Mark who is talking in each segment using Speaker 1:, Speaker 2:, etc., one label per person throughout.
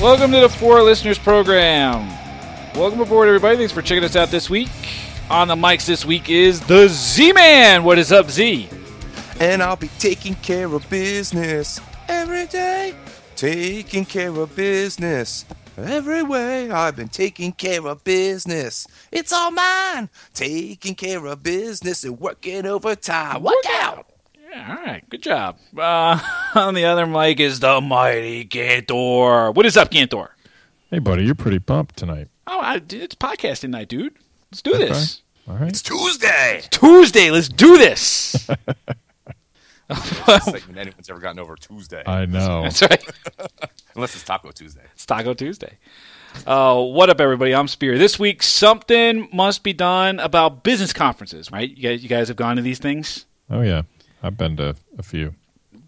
Speaker 1: Welcome to the Four Listeners Program. Welcome aboard, everybody. Thanks for checking us out this week. On the mics this week is the Z Man. What is up, Z?
Speaker 2: And I'll be taking care of business every day. Taking care of business every way. I've been taking care of business. It's all mine. Taking care of business and working overtime. Work out.
Speaker 1: Yeah, all right, good job. Uh, on the other mic is the mighty Cantor. What is up, Cantor?
Speaker 3: Hey, buddy, you're pretty pumped tonight.
Speaker 1: Oh, I, it's podcasting night, dude. Let's do this.
Speaker 3: All right.
Speaker 2: It's Tuesday.
Speaker 1: Tuesday, let's do this.
Speaker 2: Best segment anyone's ever gotten over Tuesday.
Speaker 3: I know.
Speaker 1: That's right.
Speaker 2: Unless it's Taco Tuesday.
Speaker 1: It's Taco Tuesday. Uh, what up, everybody? I'm Spear. This week, something must be done about business conferences, right? You guys, you guys have gone to these things.
Speaker 3: Oh, yeah. I've been to a few.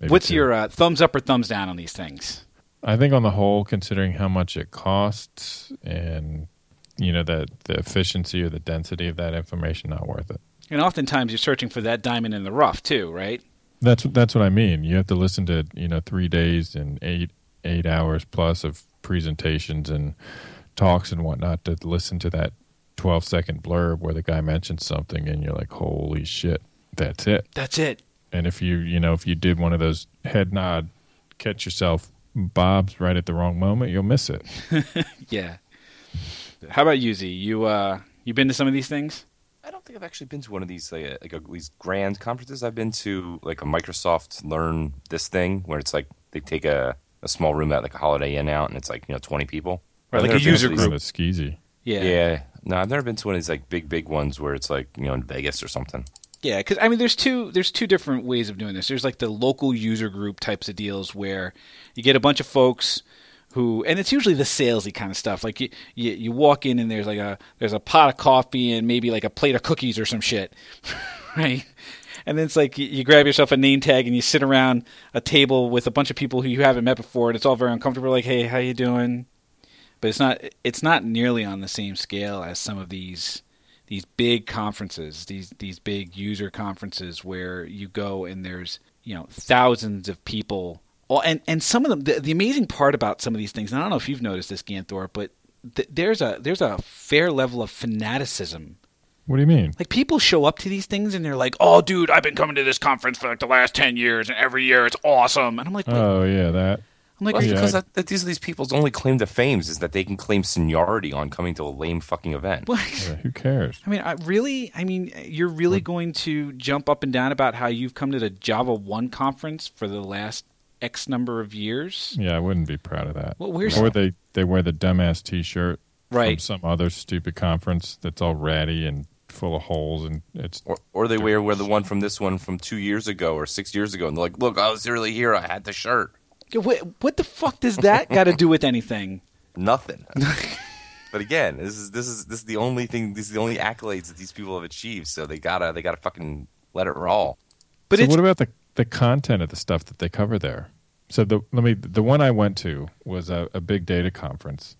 Speaker 3: maybe
Speaker 1: What's
Speaker 3: two.
Speaker 1: your uh, thumbs up or thumbs down on these things?
Speaker 3: I think on the whole, considering how much it costs and you know the the efficiency or the density of that information, not worth it.
Speaker 1: And oftentimes, you're searching for that diamond in the rough, too, right?
Speaker 3: That's that's what I mean. You have to listen to you know three days and eight eight hours plus of presentations and talks and whatnot to listen to that twelve second blurb where the guy mentions something and you're like, holy shit, that's it.
Speaker 1: That's it.
Speaker 3: and if you you know if you did one of those head nod catch yourself bobs right at the wrong moment you'll miss it
Speaker 1: Yeah. How about you, Z? You uh, you been to some of these things?
Speaker 2: I don't think I've actually been to one of these like, uh, like uh, these grand conferences. I've been to like a Microsoft Learn this thing where it's like they take a, a small room at like a Holiday Inn out and it's like you know twenty people.
Speaker 1: Right, like
Speaker 2: I've
Speaker 1: a
Speaker 2: never been
Speaker 1: user
Speaker 2: to these-
Speaker 3: kind of skeezy
Speaker 1: Yeah.
Speaker 2: Yeah, no, I've never been to one of these like big big ones where it's like you know in Vegas or something.
Speaker 1: Yeah, because I mean, there's two there's two different ways of doing this. There's like the local user group types of deals where you get a bunch of folks who, and it's usually the salesy kind of stuff. Like you, you you walk in and there's like a there's a pot of coffee and maybe like a plate of cookies or some shit, right? And then it's like you- you grab yourself a name tag and you sit around a table with a bunch of people who you haven't met before, and it's all very uncomfortable. Like, hey, how you doing? But it's not it's not nearly on the same scale as some of these these big conferences, these these big user conferences where you go and there's you know thousands of people. All, and and some of them, the, the amazing part about some of these things, and I don't know if you've noticed this, Ganthor, but th- there's a there's a fair level of fanaticism.
Speaker 3: what do you mean
Speaker 1: Like people show up to these things and they're like, "Oh, dude, I've been coming to this conference for like the last ten years, and every year it's awesome." And I'm like,
Speaker 3: oh yeah that
Speaker 1: I'm like,
Speaker 2: Well,
Speaker 3: Yeah,
Speaker 2: because
Speaker 3: I-
Speaker 2: that, that these are these people's only claim to fames is that they can claim seniority on coming to a lame fucking event.
Speaker 1: what?
Speaker 3: yeah, Uh, who cares
Speaker 1: I mean, I really, I mean, you're really going to jump up and down about how you've come to the Java 1 conference for the last X number of years?
Speaker 3: yeah i wouldn't be proud of that
Speaker 1: Well, where's-
Speaker 3: or they they wear the dumbass t-shirt from
Speaker 1: Right.
Speaker 3: some other stupid conference that's all ratty and full of holes and it's
Speaker 2: Or, or they wear, wear the one from this one from two years ago or six years ago, and they're like, "Look, I was really here. I had the shirt."
Speaker 1: What, what the fuck does that got to do with anything?
Speaker 2: nothing. but again, this is this is this is the only thing. These are the only accolades that these people have achieved. So they gotta they gotta fucking let it roll.
Speaker 1: But
Speaker 3: so
Speaker 1: it's
Speaker 3: what about the the content of the stuff that they cover there? So the let me the one I went to was a, a big data conference,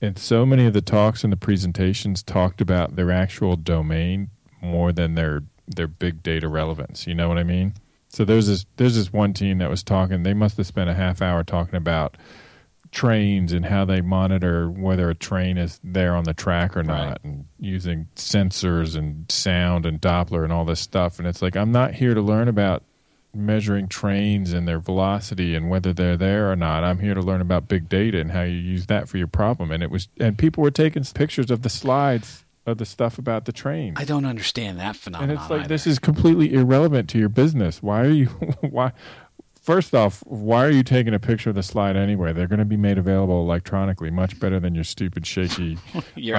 Speaker 3: and so many of the talks and the presentations talked about their actual domain more than their their big data relevance. You know what I mean? So there's this there's this one team that was talking. They must have spent a half hour talking about trains and how they monitor whether a train is there on the track or not
Speaker 1: Right.
Speaker 3: and using sensors and sound and doppler and all this stuff and it's like i'm not here to learn about measuring trains and their velocity and whether they're there or not i'm here to learn about big data and how you use that for your problem and it was and people were taking pictures of the slides of the stuff about the train
Speaker 1: I don't understand that
Speaker 3: and
Speaker 1: phenomenon.
Speaker 3: it's like
Speaker 1: either.
Speaker 3: this is completely irrelevant to your business. Why are you why first off, why are you taking a picture of the slide anyway? They're gonna be made available electronically, much better than your stupid shaky
Speaker 1: Your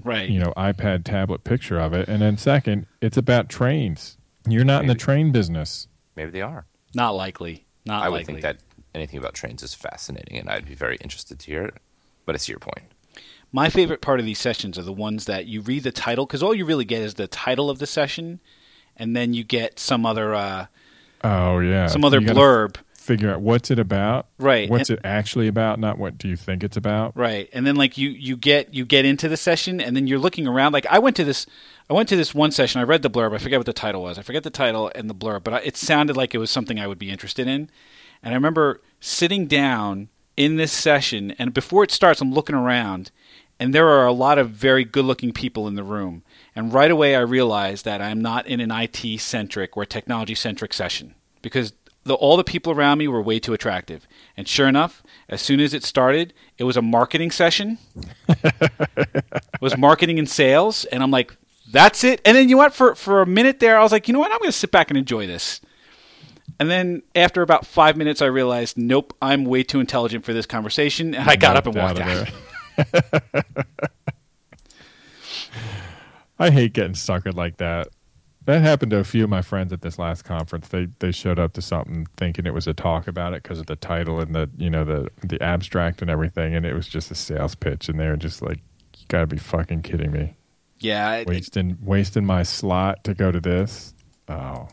Speaker 1: iPhone, right.
Speaker 3: You know, iPad tablet picture of it. And then second, it's about trains. You're not in the
Speaker 2: Maybe.
Speaker 3: train business.
Speaker 2: Maybe they are.
Speaker 1: not likely. Not
Speaker 2: I would
Speaker 1: likely.
Speaker 2: think that anything about trains is fascinating, and I'd be very interested to hear it. But it's your point.
Speaker 1: My favorite part of these sessions are the ones that you read the title because all you really get is the title of the session, and then you get some other uh,
Speaker 3: Oh yeah.
Speaker 1: some other
Speaker 3: You gotta
Speaker 1: blurb.
Speaker 3: Figure out what's it about.
Speaker 1: Right.
Speaker 3: What's it actually about, not what do you think it's about.
Speaker 1: Right. And then like you you get you get into the session and then you're looking around like I went to this I went to this one session. I read the blurb. I forget what the title was. I forget the title and the blurb, but I, it sounded like it was something I would be interested in. And I remember sitting down in this session, and before it starts, I'm looking around, and there are a lot of very good looking people in the room. And right away, I realized that I'm not in an IT centric or technology centric session because the, all the people around me were way too attractive. And sure enough, as soon as it started, it was a marketing session, it was marketing and sales. And I'm like, that's it. And then you went for, for a minute there, I was like, you know what? I'm going to sit back and enjoy this. And then after about five minutes, I realized, nope, I'm way too intelligent for this conversation. And I got up and walked
Speaker 3: of
Speaker 1: out.
Speaker 3: there. I hate getting suckered like that. That happened to a few of my friends at this last conference. They they showed up to something thinking it was a talk about it because of the title and the you know the the abstract and everything, and it was just a sales pitch. And they were just like, "You gotta be fucking kidding me!
Speaker 1: Yeah. it-
Speaker 3: Wasting wasting my slot to go to this." Oh,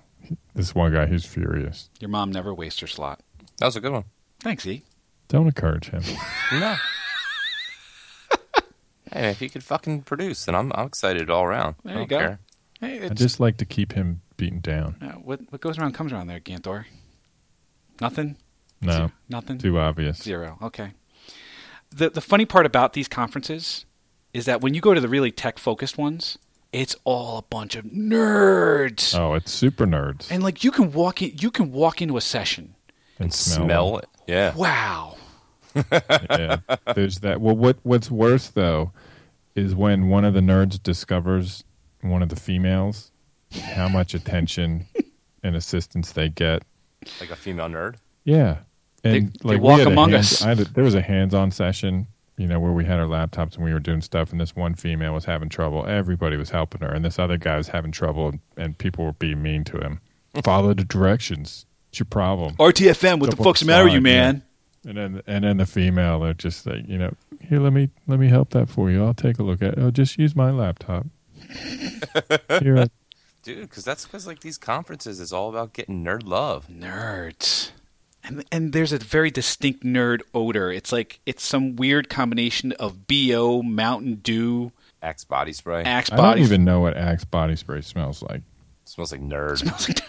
Speaker 3: this one guy who's furious.
Speaker 1: Your mom never wastes her slot.
Speaker 2: That was a good one.
Speaker 1: Thanks, E.
Speaker 3: Don't encourage him.
Speaker 2: No. hey, if you could fucking produce, then I'm I'm excited all around.
Speaker 1: There
Speaker 2: I
Speaker 1: you
Speaker 2: don't
Speaker 1: go.
Speaker 2: care.
Speaker 1: Hey,
Speaker 3: I
Speaker 1: it's,
Speaker 3: just like to keep him beaten down.
Speaker 1: uh, what what goes around comes around there, Ganthor. Nothing.
Speaker 3: No,
Speaker 1: Nothing.
Speaker 3: too obvious.
Speaker 1: Zero. Okay. The the funny part about these conferences is that when you go to the really tech focused ones, it's all a bunch of nerds.
Speaker 3: Oh, it's super nerds.
Speaker 1: And like you can walk in, you can walk into a session.
Speaker 3: and
Speaker 2: Smell it. Yeah.
Speaker 1: Wow.
Speaker 3: yeah. There's that. Well, what what's worse though is when one of the nerds discovers one of the females, how much attention and assistance they get.
Speaker 2: Like a female nerd.
Speaker 3: Yeah, and
Speaker 1: They- they
Speaker 3: like we
Speaker 1: walk
Speaker 3: had a
Speaker 1: among
Speaker 3: hands-
Speaker 1: us.
Speaker 3: I had a- there was a hands-on session, you know, where we had our laptops and we were doing stuff, and this one female was having trouble. Everybody was helping her, and this other guy was having trouble, and, and people were being mean to him. Follow the directions. It's your problem.
Speaker 1: RTFM, what the
Speaker 3: Double
Speaker 1: fuck's the matter with you,
Speaker 3: slide, yeah.
Speaker 1: man?
Speaker 3: And then and then the female they're just like, you know, here let me let me help that for you. I'll take a look at it. Oh, just use my laptop. Here,
Speaker 2: Dude, because that's because like these conferences is all about getting nerd love.
Speaker 1: Nerds. And and there's a very distinct nerd odor. It's like it's some weird combination of BO, Mountain Dew,
Speaker 2: Axe body spray.
Speaker 1: Axe
Speaker 3: I don't
Speaker 1: body
Speaker 3: even know what Axe body spray smells like.
Speaker 2: Smells like nerd.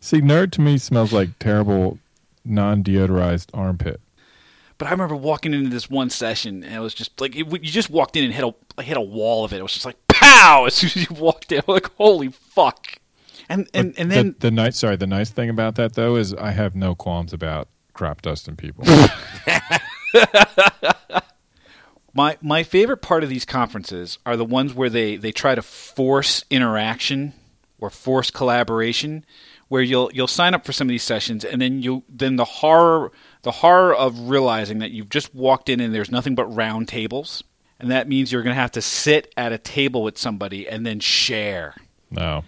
Speaker 3: See, nerd to me smells like terrible non deodorized armpit.
Speaker 1: But I remember walking into this one session, and it was just like it, you just walked in and hit a like, hit a wall of it. It was just like pow as soon as you walked in. Like holy fuck! And and and then
Speaker 3: the, the nice sorry, the nice thing about that though is I have no qualms about crop dusting people.
Speaker 1: my my favorite part of these conferences are the ones where they they try to force interaction or force collaboration where you'll you'll sign up for some of these sessions and then you then the horror the horror of realizing that you've just walked in and there's nothing but round tables and that means you're going to have to sit at a table with somebody and then share
Speaker 3: no.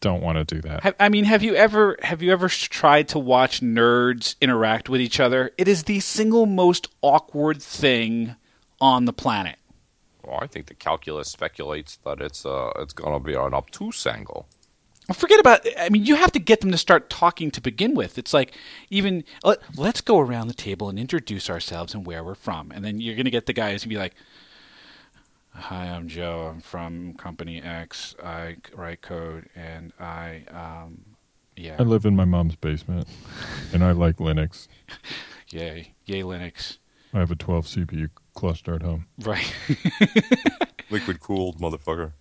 Speaker 3: Don't want to do that.
Speaker 1: Have, I mean, have you ever have you ever tried to watch nerds interact with each other? It is the single most awkward thing on the planet.
Speaker 2: Well, I think the calculus speculates that it's uh it's gonna be an obtuse angle.
Speaker 1: Well, forget about. I mean, you have to get them to start talking to begin with. It's like even let, let's go around the table and introduce ourselves and where we're from, and then you're gonna get the guy who's gonna be like, "Hi, I'm Joe. I'm from company X. I write code, and I um, yeah."
Speaker 3: I live in my mom's basement and I like Linux.
Speaker 1: Yay, yay Linux.
Speaker 3: I have a twelve CPU cluster at home.
Speaker 1: Right.
Speaker 2: Liquid cooled motherfucker.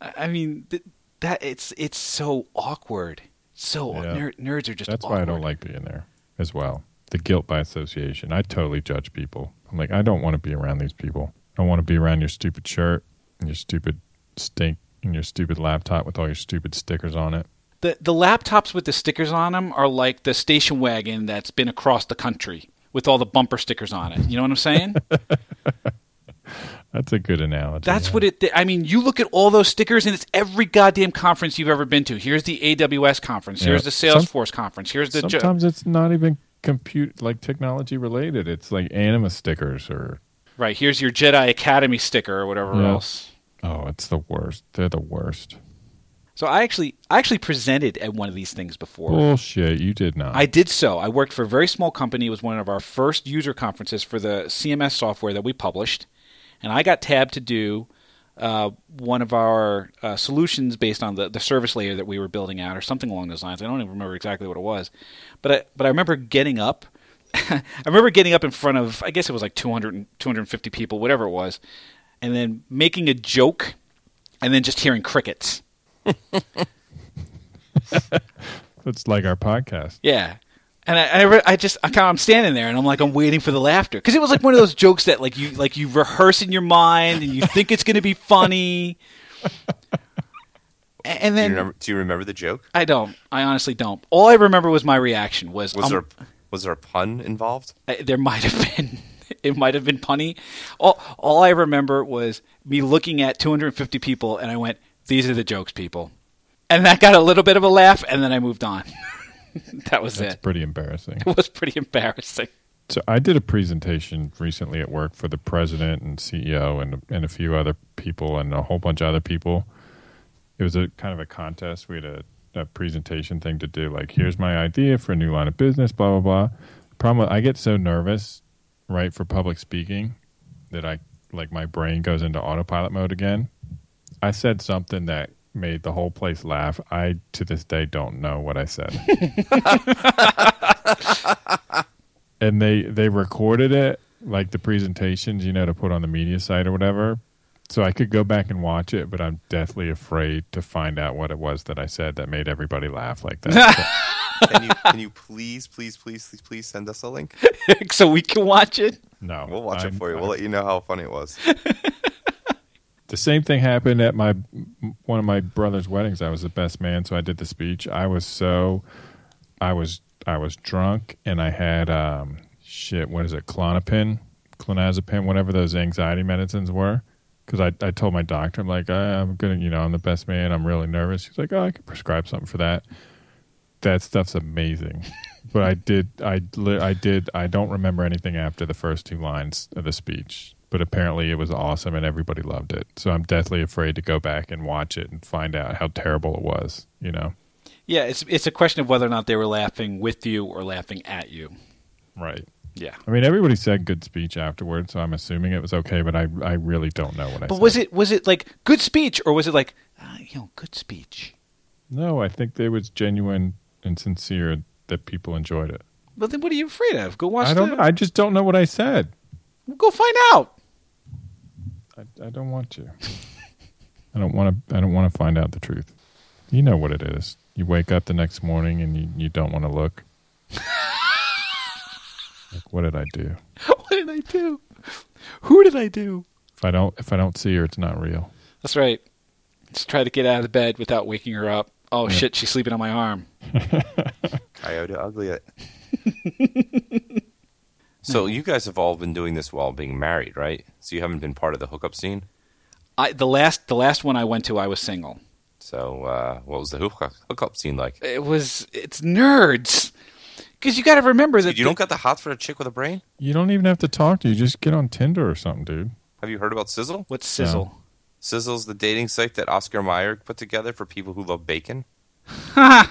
Speaker 1: I I mean, th- that it's it's so awkward. So
Speaker 3: Yeah.
Speaker 1: ner- nerds are just.
Speaker 3: That's
Speaker 1: awkward.
Speaker 3: why I don't like being there as well. The guilt by association. I totally judge people. I'm like, I don't want to be around these people. I want to be around your stupid shirt and your stupid stink and your stupid laptop with all your stupid stickers on it.
Speaker 1: the the laptops with the stickers on them are like the station wagon that's been across the country with all the bumper stickers on it. You know what I'm saying?
Speaker 3: That's a good analogy.
Speaker 1: That's what it. I mean, you look at all those stickers, and it's every goddamn conference you've ever been to. Here's the AWS conference.
Speaker 3: Yeah.
Speaker 1: Here's the
Speaker 3: Some-
Speaker 1: Salesforce conference. Here's the. Jo-
Speaker 3: Sometimes it's not even compute like technology related. It's like anima stickers or
Speaker 1: right. Here's your Jedi Academy sticker or whatever
Speaker 3: Yeah.
Speaker 1: else.
Speaker 3: oh, it's the worst. They're the worst.
Speaker 1: So I actually I actually presented at one of these things before.
Speaker 3: Bullshit. You did not.
Speaker 1: I did so. I worked for a very small company. It was one of our first user conferences for the CMS software that we published, and I got tabbed to do uh, one of our uh, solutions based on the, the service layer that we were building out, or something along those lines. I don't even remember exactly what it was, but I, but I remember getting up I remember getting up in front of, I guess it was like 200, and 250 people, whatever it was, and then making a joke and then just hearing crickets.
Speaker 3: It's like our podcast.
Speaker 1: Yeah. And I, I, re- I just, I kind of, I'm standing there and I'm like, I'm waiting for the laughter. Cause it was like one of those jokes that like you, like you rehearse in your mind and you think it's going to be funny. A- And
Speaker 2: Do you,
Speaker 1: then
Speaker 2: remember, do you remember the joke?
Speaker 1: I don't, I honestly don't. All I remember was my reaction was,
Speaker 2: Was
Speaker 1: um,
Speaker 2: there was there a pun involved?
Speaker 1: I- there might have been it might have been punny. All all I remember was me looking at 250 people and I went, "These are the jokes, people," and that got a little bit of a laugh, and then I moved on. that was
Speaker 3: That's
Speaker 1: it.
Speaker 3: pretty embarrassing.
Speaker 1: It was pretty embarrassing.
Speaker 3: So I did a presentation recently at work for the president and CEO and and a few other people and a whole bunch of other people. It was a kind of a contest. We had a, a presentation thing to do. Like, here's my idea for a new line of business. Blah blah blah. Problem: I get so nervous, right, for public speaking, that I like my brain goes into autopilot mode again. I said something that made the whole place laugh. I to this day don't know what I said. and they they recorded it like the presentations you know to put on the media site or whatever so i could go back and watch it but i'm deathly afraid to find out what it was that i said that made everybody laugh like that
Speaker 2: Can you can you please please please please please send us a link?
Speaker 1: so we can watch it.
Speaker 3: no
Speaker 2: We'll watch it
Speaker 3: I'm-
Speaker 2: for you.
Speaker 3: I'm-
Speaker 2: We'll let you know how funny it was.
Speaker 3: the same thing happened at my one of my brother's weddings i was the best man so i did the speech i was so i was i was drunk and i had um shit what is it clonopin clonazepam whatever those anxiety medicines were because I, I told my doctor i'm like I, i'm gonna you know i'm the best man i'm really nervous he's like oh i could prescribe something for that that stuff's amazing but i did i li- i did i don't remember anything after the first two lines of the speech but apparently it was awesome and everybody loved it so i'm deathly afraid to go back and watch it and find out how terrible it was you know
Speaker 1: Yeah, it's it's a question of whether or not they were laughing with you or laughing at you.
Speaker 3: right
Speaker 1: Yeah.
Speaker 3: i mean everybody said good speech afterwards so i'm assuming it was okay but i i really don't know what i
Speaker 1: But
Speaker 3: said.
Speaker 1: was it was it like good speech or was it like uh, you know good speech?
Speaker 3: no i think it was genuine and sincere that people enjoyed it
Speaker 1: Well, then what are you afraid of? Go watch.
Speaker 3: i don't
Speaker 1: the,
Speaker 3: i just don't know what i said
Speaker 1: Go find out.
Speaker 3: I, I don't want to. I don't want to. I don't want to find out the truth. You know what it is. You wake up the next morning and you, you don't want to look. like, what did I do?
Speaker 1: what did I do? Who did I do?
Speaker 3: If I don't, if I don't see her, it's not real.
Speaker 1: That's right. Just try to get out of bed without waking her up. Oh
Speaker 3: Yeah.
Speaker 1: shit, she's sleeping on my arm.
Speaker 2: Coyote ugly it. so you guys have all been doing this while being married, right? So you haven't been part of the hookup scene.
Speaker 1: I the last the last one I went to, I was single.
Speaker 2: So uh, what was the hookup, hookup scene like?
Speaker 1: It was it's nerds because you got to remember that
Speaker 2: Dude, you don't got the hots for a chick with a brain?
Speaker 3: You don't even have to talk to. You just get on Tinder or something, dude.
Speaker 2: Have you heard about Sizzle?
Speaker 1: what's sizzle.
Speaker 2: Sizzle's the dating site that Oscar Mayer put together for people who love bacon.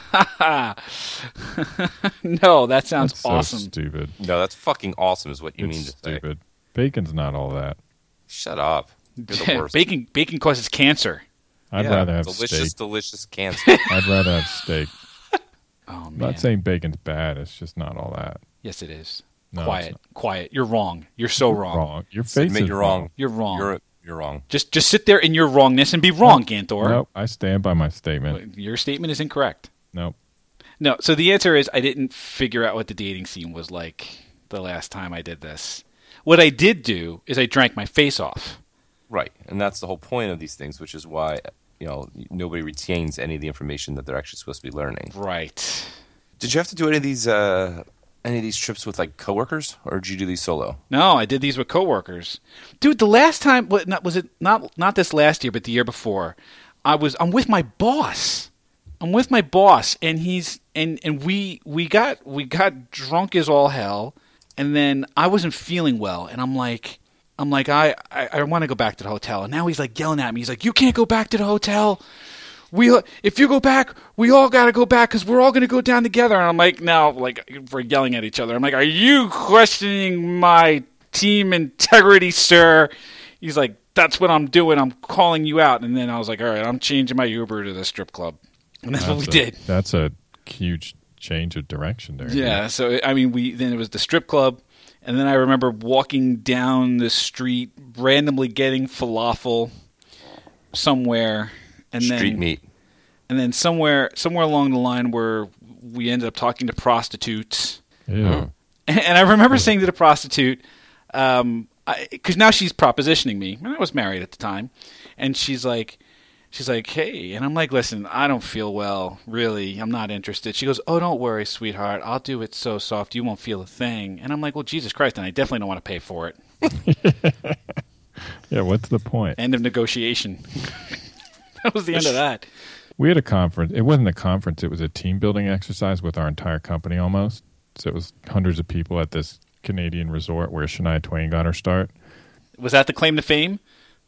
Speaker 1: No, that sounds
Speaker 3: That's
Speaker 1: awesome.
Speaker 3: So stupid.
Speaker 2: No, that's fucking awesome, is what you
Speaker 3: it's
Speaker 2: mean to say.
Speaker 3: stupid. Bacon's not all that.
Speaker 2: Shut up. You're the worst.
Speaker 1: bacon bacon causes cancer.
Speaker 3: I'd
Speaker 2: Yeah,
Speaker 3: rather have
Speaker 2: delicious,
Speaker 3: steak.
Speaker 2: delicious cancer.
Speaker 3: I'd rather have steak.
Speaker 1: Oh
Speaker 3: I'm
Speaker 1: man,
Speaker 3: not saying bacon's bad. It's just not all that.
Speaker 1: yes it is.
Speaker 3: No, it's
Speaker 1: quiet,
Speaker 3: not.
Speaker 1: quiet. You're wrong. You're so wrong.
Speaker 3: Wrong. Your face
Speaker 2: Admit
Speaker 3: is
Speaker 2: you're wrong.
Speaker 1: You're wrong.
Speaker 2: You're you're wrong.
Speaker 1: just just sit there in your wrongness and be wrong, Gantor.
Speaker 3: Nope. I stand by my statement.
Speaker 1: Your statement is incorrect.
Speaker 3: Nope.
Speaker 1: No, so the answer is I didn't figure out what the dating scene was like the last time I did this. What I did do is I drank my face off.
Speaker 2: Right, and that's the whole point of these things, which is why you know nobody retains any of the information that they're actually supposed to be learning.
Speaker 1: Right.
Speaker 2: Did you have to do any of these uh, any of these trips with like coworkers, or did you do these solo?
Speaker 1: No, I did these with coworkers. Dude, the last time what not, was it not not this last year but the year before, I was I'm with my boss. I'm with my boss and he's and and we we got we got drunk as all hell and then I wasn't feeling well and I'm like I'm like I I, I want to go back to the hotel and now he's like yelling at me. He's like you can't go back to the hotel. We if you go back, we all got to go back cuz we're all going to go down together and I'm like now like we're yelling at each other. I'm like are you questioning my team integrity, sir? He's like that's what I'm doing. I'm calling you out and then I was like all right, I'm changing my Uber to the strip club. And that's what we
Speaker 3: a,
Speaker 1: did.
Speaker 3: That's a huge change of direction there.
Speaker 1: Yeah. So I mean, we then it was the strip club, and then I remember walking down the street randomly getting falafel somewhere, and
Speaker 2: Street
Speaker 1: then
Speaker 2: meat.
Speaker 1: and then somewhere somewhere along the line where we ended up talking to prostitutes,
Speaker 3: Ew.
Speaker 1: and I remember saying to the prostitute, um, because now she's propositioning me, and I was married at the time, and she's like. She's like, hey, and I'm like, listen, I don't feel well, really. I'm not interested. She goes, oh, don't worry, sweetheart. I'll do it so soft you won't feel a thing. And I'm like, well, Jesus Christ, and I definitely don't want to pay for it.
Speaker 3: Yeah, what's the point?
Speaker 1: End of negotiation. that was the end of that.
Speaker 3: We had a conference. It wasn't a conference, it was a team building exercise with our entire company almost. So it was hundreds of people at this Canadian resort where Shania Twain got her start.
Speaker 1: Was that the claim to fame?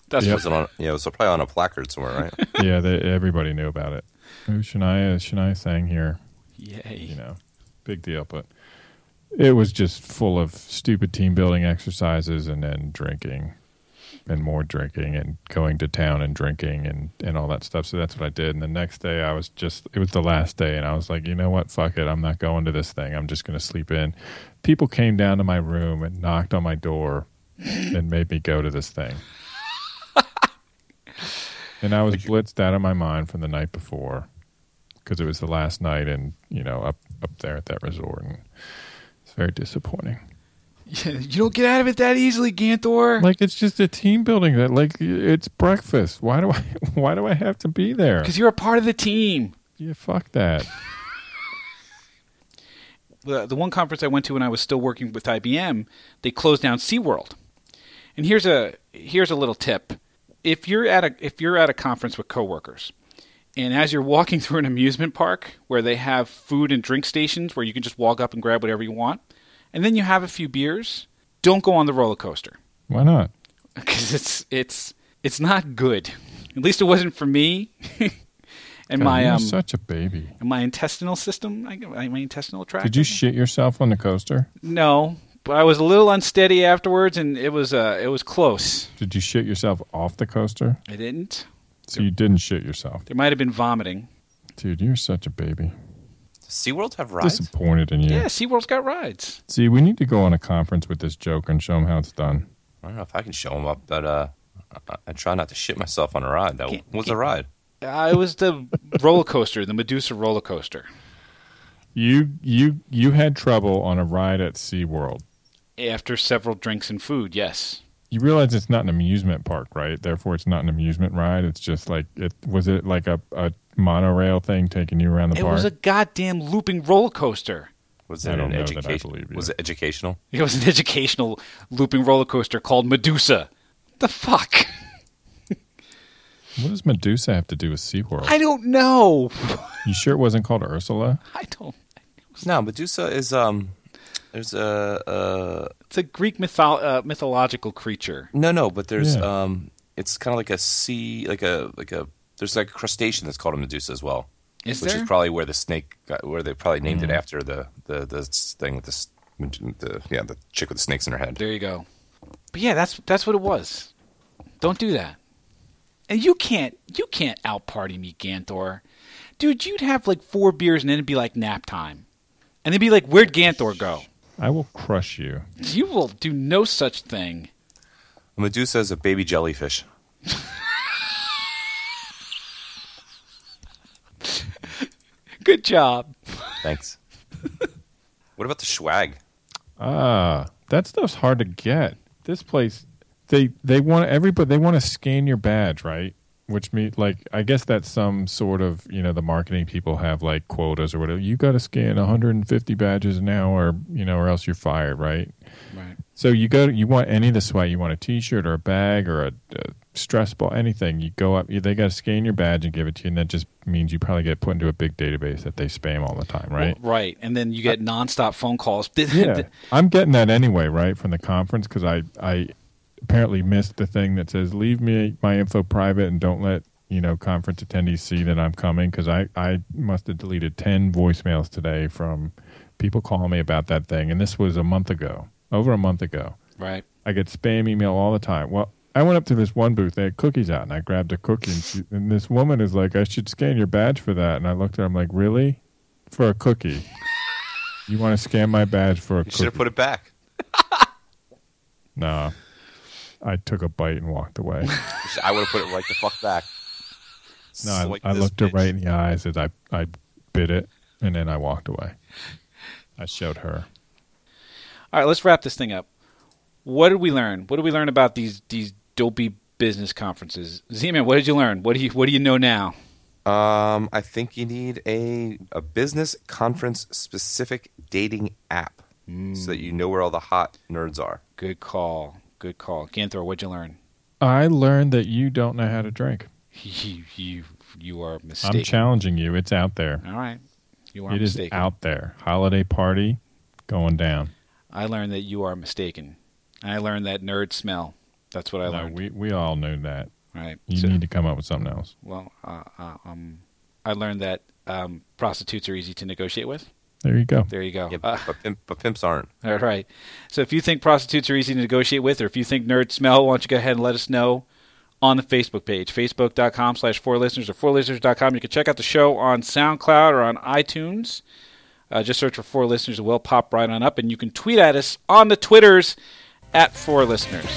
Speaker 1: That's
Speaker 3: Yep.
Speaker 2: Was it on, yeah, it was probably on a placard somewhere, right?
Speaker 3: yeah, they, everybody knew about it. Oh, Shania, Shania sang here.
Speaker 1: yay.
Speaker 3: you know, big deal. But it was just full of stupid team building exercises and then drinking and more drinking and going to town and drinking and, and all that stuff. So that's what I did. And the next day I was just, it was the last day and I was like, you know what? Fuck it. I'm not going to this thing. I'm just going to sleep in. People came down to my room and knocked on my door and made me go to this thing. and I was blitzed out of my mind from the night before because it was the last night and you know up up there at that resort and it's very disappointing
Speaker 1: you don't get out of it that easily, Ganthor.
Speaker 3: like it's just a team building that like it's breakfast why do i why do i have to be there
Speaker 1: Because you're a part of the team.
Speaker 3: yeah fuck that
Speaker 1: the, the one conference I went to when I was still working with IBM, they closed down SeaWorld. And here's a here's a little tip. If you're at a if you're at a conference with coworkers, and as you're walking through an amusement park where they have food and drink stations where you can just walk up and grab whatever you want, and then you have a few beers, don't go on the roller coaster
Speaker 3: why not
Speaker 1: because it's it's it's not good. At least it wasn't for me. and
Speaker 3: God,
Speaker 1: my
Speaker 3: you're
Speaker 1: um,
Speaker 3: such a baby
Speaker 1: and my intestinal system, I, my intestinal tract.
Speaker 3: did you
Speaker 1: I guess.
Speaker 3: shit yourself on the coaster
Speaker 1: No, but I was a little unsteady afterwards, and it was uh, it was close.
Speaker 3: did you shit yourself off the coaster
Speaker 1: I didn't.
Speaker 3: so you didn't shit yourself
Speaker 1: There might have been vomiting.
Speaker 3: dude you're such a baby
Speaker 2: Does SeaWorld have rides?
Speaker 3: disappointed in you
Speaker 1: Yeah, SeaWorld's got rides.
Speaker 3: see we need to go on a conference with this joke and show them how it's done
Speaker 2: I don't know if I can show them up, but uh, I, I try not to shit myself on a ride. That
Speaker 1: Can't-
Speaker 2: was a
Speaker 1: can't-
Speaker 2: ride.
Speaker 1: Uh, it was the roller coaster, the Medusa roller coaster.
Speaker 3: you you you had trouble on a ride at SeaWorld.
Speaker 1: After several drinks and food, yes.
Speaker 3: you realize it's not an amusement park, right? Therefore, it's not an amusement ride. It's just like it was it like a, a monorail thing taking you around the
Speaker 1: It
Speaker 3: park.
Speaker 1: was a goddamn looping roller coaster.
Speaker 2: Was
Speaker 3: I
Speaker 2: it
Speaker 3: don't
Speaker 2: an
Speaker 3: know that I believe
Speaker 2: education?
Speaker 3: you.
Speaker 2: Was it educational?
Speaker 1: It was an educational looping roller coaster called Medusa. The fuck?
Speaker 3: what does Medusa have to do with SeaWorld?
Speaker 1: I don't know.
Speaker 3: you sure it wasn't called Ursula?
Speaker 1: I don't.
Speaker 2: No, Medusa is um. There's a uh,
Speaker 1: It's a Greek mytho- uh, mythological creature.
Speaker 2: no no, but there's
Speaker 3: Yeah.
Speaker 2: um. It's kind of like a sea, like a like a. There's like a crustacean that's called a Medusa as well,
Speaker 1: Is
Speaker 2: which
Speaker 1: there?
Speaker 2: is probably where the snake got, where they probably named
Speaker 3: Mm.
Speaker 2: it after the the the s- thing with the, s- the yeah the chick with the snakes in her head.
Speaker 1: There you go. But yeah, that's that's what it was. Don't do that. And you can't you can't out party me, Ganthor. Dude, you'd have like four beers and then it'd be like nap time. And they'd be like, Where'd Ganthor go?
Speaker 3: I will crush you.
Speaker 1: You will do no such thing.
Speaker 2: Medusa is a baby jellyfish.
Speaker 1: Good job.
Speaker 2: Thanks. what about the swag?
Speaker 3: Ah, that stuff's hard to get. This place, they they want everybody. They want to scan your badge, right? Which mean like I guess that's some sort of you know the marketing people have like quotas or whatever. You got to scan 150 badges an hour, you know, or else you're fired, right?
Speaker 1: Right.
Speaker 3: So you go, you want any of the swag? You want a T-shirt or a bag or a, a stress ball, anything? You go up. you- They got to scan your badge and give it to you, and that just means you probably get put into a big database that they spam all the time, right?
Speaker 1: Well, right. And then you get nonstop phone calls.
Speaker 3: yeah, I'm getting that anyway, right, from the conference because I I apparently missed the thing that says leave me my info private and don't let you know conference attendees see that I'm coming because I I must have deleted ten voicemails today from people calling me about that thing, and this was a month ago, over a month ago.
Speaker 1: Right.
Speaker 3: I get spam email all the time. Well, I went up to this one booth. They had cookies out, and I grabbed a cookie. And, she, and this woman is like, "I should scan your badge for that." And I looked at her. I'm like, "Really?" for a cookie. You want to scan my badge for
Speaker 2: You
Speaker 3: a
Speaker 2: should
Speaker 3: cookie?
Speaker 2: have put it back.
Speaker 3: nah. I took a bite and walked away.
Speaker 2: You should- I would have put it right the fuck back.
Speaker 3: No, I,
Speaker 2: Slick
Speaker 3: I
Speaker 2: this
Speaker 3: looked her
Speaker 2: bitch.
Speaker 3: right in the eyes as I I bit it, and then I walked away. I showed her.
Speaker 1: All right, let's wrap this thing up. What did we learn? What did we learn about these these dopey business conferences? Zeman, what did you learn? What do you what do you know now?
Speaker 2: Um, I think you need a a business conference specific dating app so
Speaker 1: Mm.
Speaker 2: that you know where all the hot nerds are.
Speaker 1: Good call. Good call. Ganthor, what'd you learn?
Speaker 3: I learned that you don't know how to drink.
Speaker 1: You you, you are mistaken.
Speaker 3: I'm challenging you. It's out there.
Speaker 1: All right. You are
Speaker 3: It is
Speaker 1: mistaken.
Speaker 3: out there. Holiday party going down.
Speaker 1: I learned that you are mistaken. I learned that nerds smell. That's what I
Speaker 3: No,
Speaker 1: learned.
Speaker 3: we we all knew that.
Speaker 1: All right.
Speaker 3: You
Speaker 1: So-
Speaker 3: need to come up with something else.
Speaker 1: well, uh, uh, um, I learned that um, prostitutes are easy to negotiate with.
Speaker 3: There you go.
Speaker 1: There you go.
Speaker 2: Yeah,
Speaker 1: Uh,
Speaker 2: but, pimp, but pimps aren't.
Speaker 1: All right. So if you think prostitutes are easy to negotiate with, or if you think nerds smell, why don't you go ahead and let us know on the Facebook page, facebook.com slash four listeners or fourlisteners.com. You can check out the show on SoundCloud or on iTunes. Uh, just search for four listeners. It will pop right on up. And you can tweet at us on the Twitters at four listeners.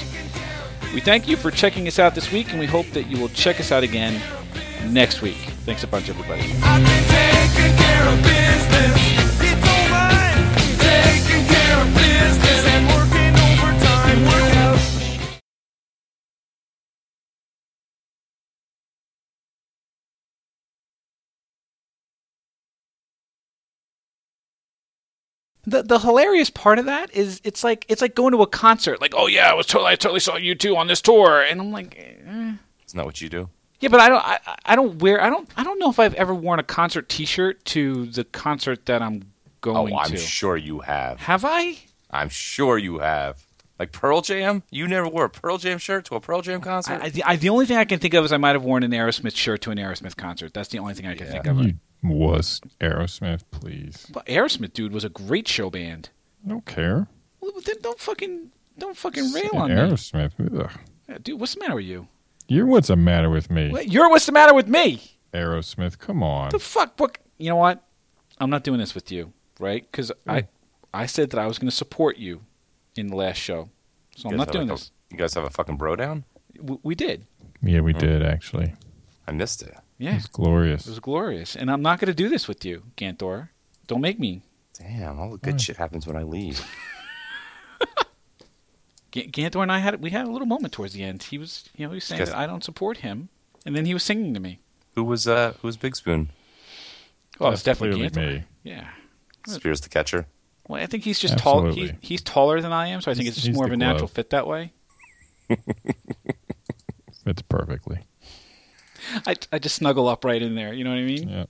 Speaker 1: We thank you for checking us out this week, and we hope that you will check us out again next week. Thanks a bunch, everybody.
Speaker 4: I've been taking care of business. It's alright. Taking care of business and working overtime. Working.
Speaker 1: The the hilarious part of that is it's like it's like going to a concert. Like, oh yeah, I was totally I totally saw you two on this tour, and I'm like, eh.
Speaker 2: Isn't that what you do?
Speaker 1: yeah, but I don't I, I- I don't wear I don't I don't know if I've ever worn a concert T-shirt to the concert that I'm going
Speaker 2: oh, I'm
Speaker 1: to.
Speaker 2: sure you have.
Speaker 1: Have I?
Speaker 2: I'm sure you have. Like Pearl Jam, you never wore a Pearl Jam shirt to a Pearl Jam concert.
Speaker 1: I, I, the, I the only thing I can think of is I might have worn an Aerosmith shirt to an Aerosmith concert. That's the only thing I can think
Speaker 2: Hmm.
Speaker 1: of.
Speaker 3: You was Aerosmith, please.
Speaker 1: But Aerosmith, dude, was a great show band.
Speaker 3: I don't care.
Speaker 1: Well, then don't fucking don't fucking rail on me,
Speaker 3: Aerosmith. Ugh.
Speaker 1: Yeah, dude. What's the matter with you?
Speaker 3: You're what's the matter with me?
Speaker 1: What, you're what's the matter with me?
Speaker 3: Aerosmith, come on.
Speaker 1: the fuck what you know what Mm. i'm not doing this with you right because i i said that i was going to support you in the last show so
Speaker 2: You
Speaker 1: i'm not
Speaker 2: guys have
Speaker 1: doing
Speaker 2: like a-
Speaker 1: this
Speaker 2: you guys have a fucking bro down?
Speaker 1: we, we did
Speaker 3: yeah, we did actually.
Speaker 2: I missed it.
Speaker 1: Hmm. yeah
Speaker 3: It's
Speaker 1: it
Speaker 3: glorious.
Speaker 1: was glorious and i'm not going to do this with you gantor don't make me
Speaker 2: Damn, all the good shit happens when I leave.
Speaker 1: G- gantor and i had we had a little moment towards the end he was you know he was saying
Speaker 2: Because-
Speaker 1: that i don't support him and then he was singing to me
Speaker 2: Who was uh who was Big Spoon?
Speaker 1: well
Speaker 3: That's
Speaker 1: it's definitely
Speaker 3: clearly
Speaker 1: gantor
Speaker 3: me.
Speaker 1: yeah
Speaker 2: Spears the catcher.
Speaker 1: well i think he's just tall
Speaker 3: Absolutely.
Speaker 1: he's, he's taller than i am so i think
Speaker 3: He's-
Speaker 1: it's just
Speaker 3: he's
Speaker 1: more of
Speaker 3: the
Speaker 1: a natural
Speaker 3: glove.
Speaker 1: fit that way
Speaker 3: Fits perfectly.
Speaker 1: I, I just snuggle up right in there you know what i mean
Speaker 3: Yeah.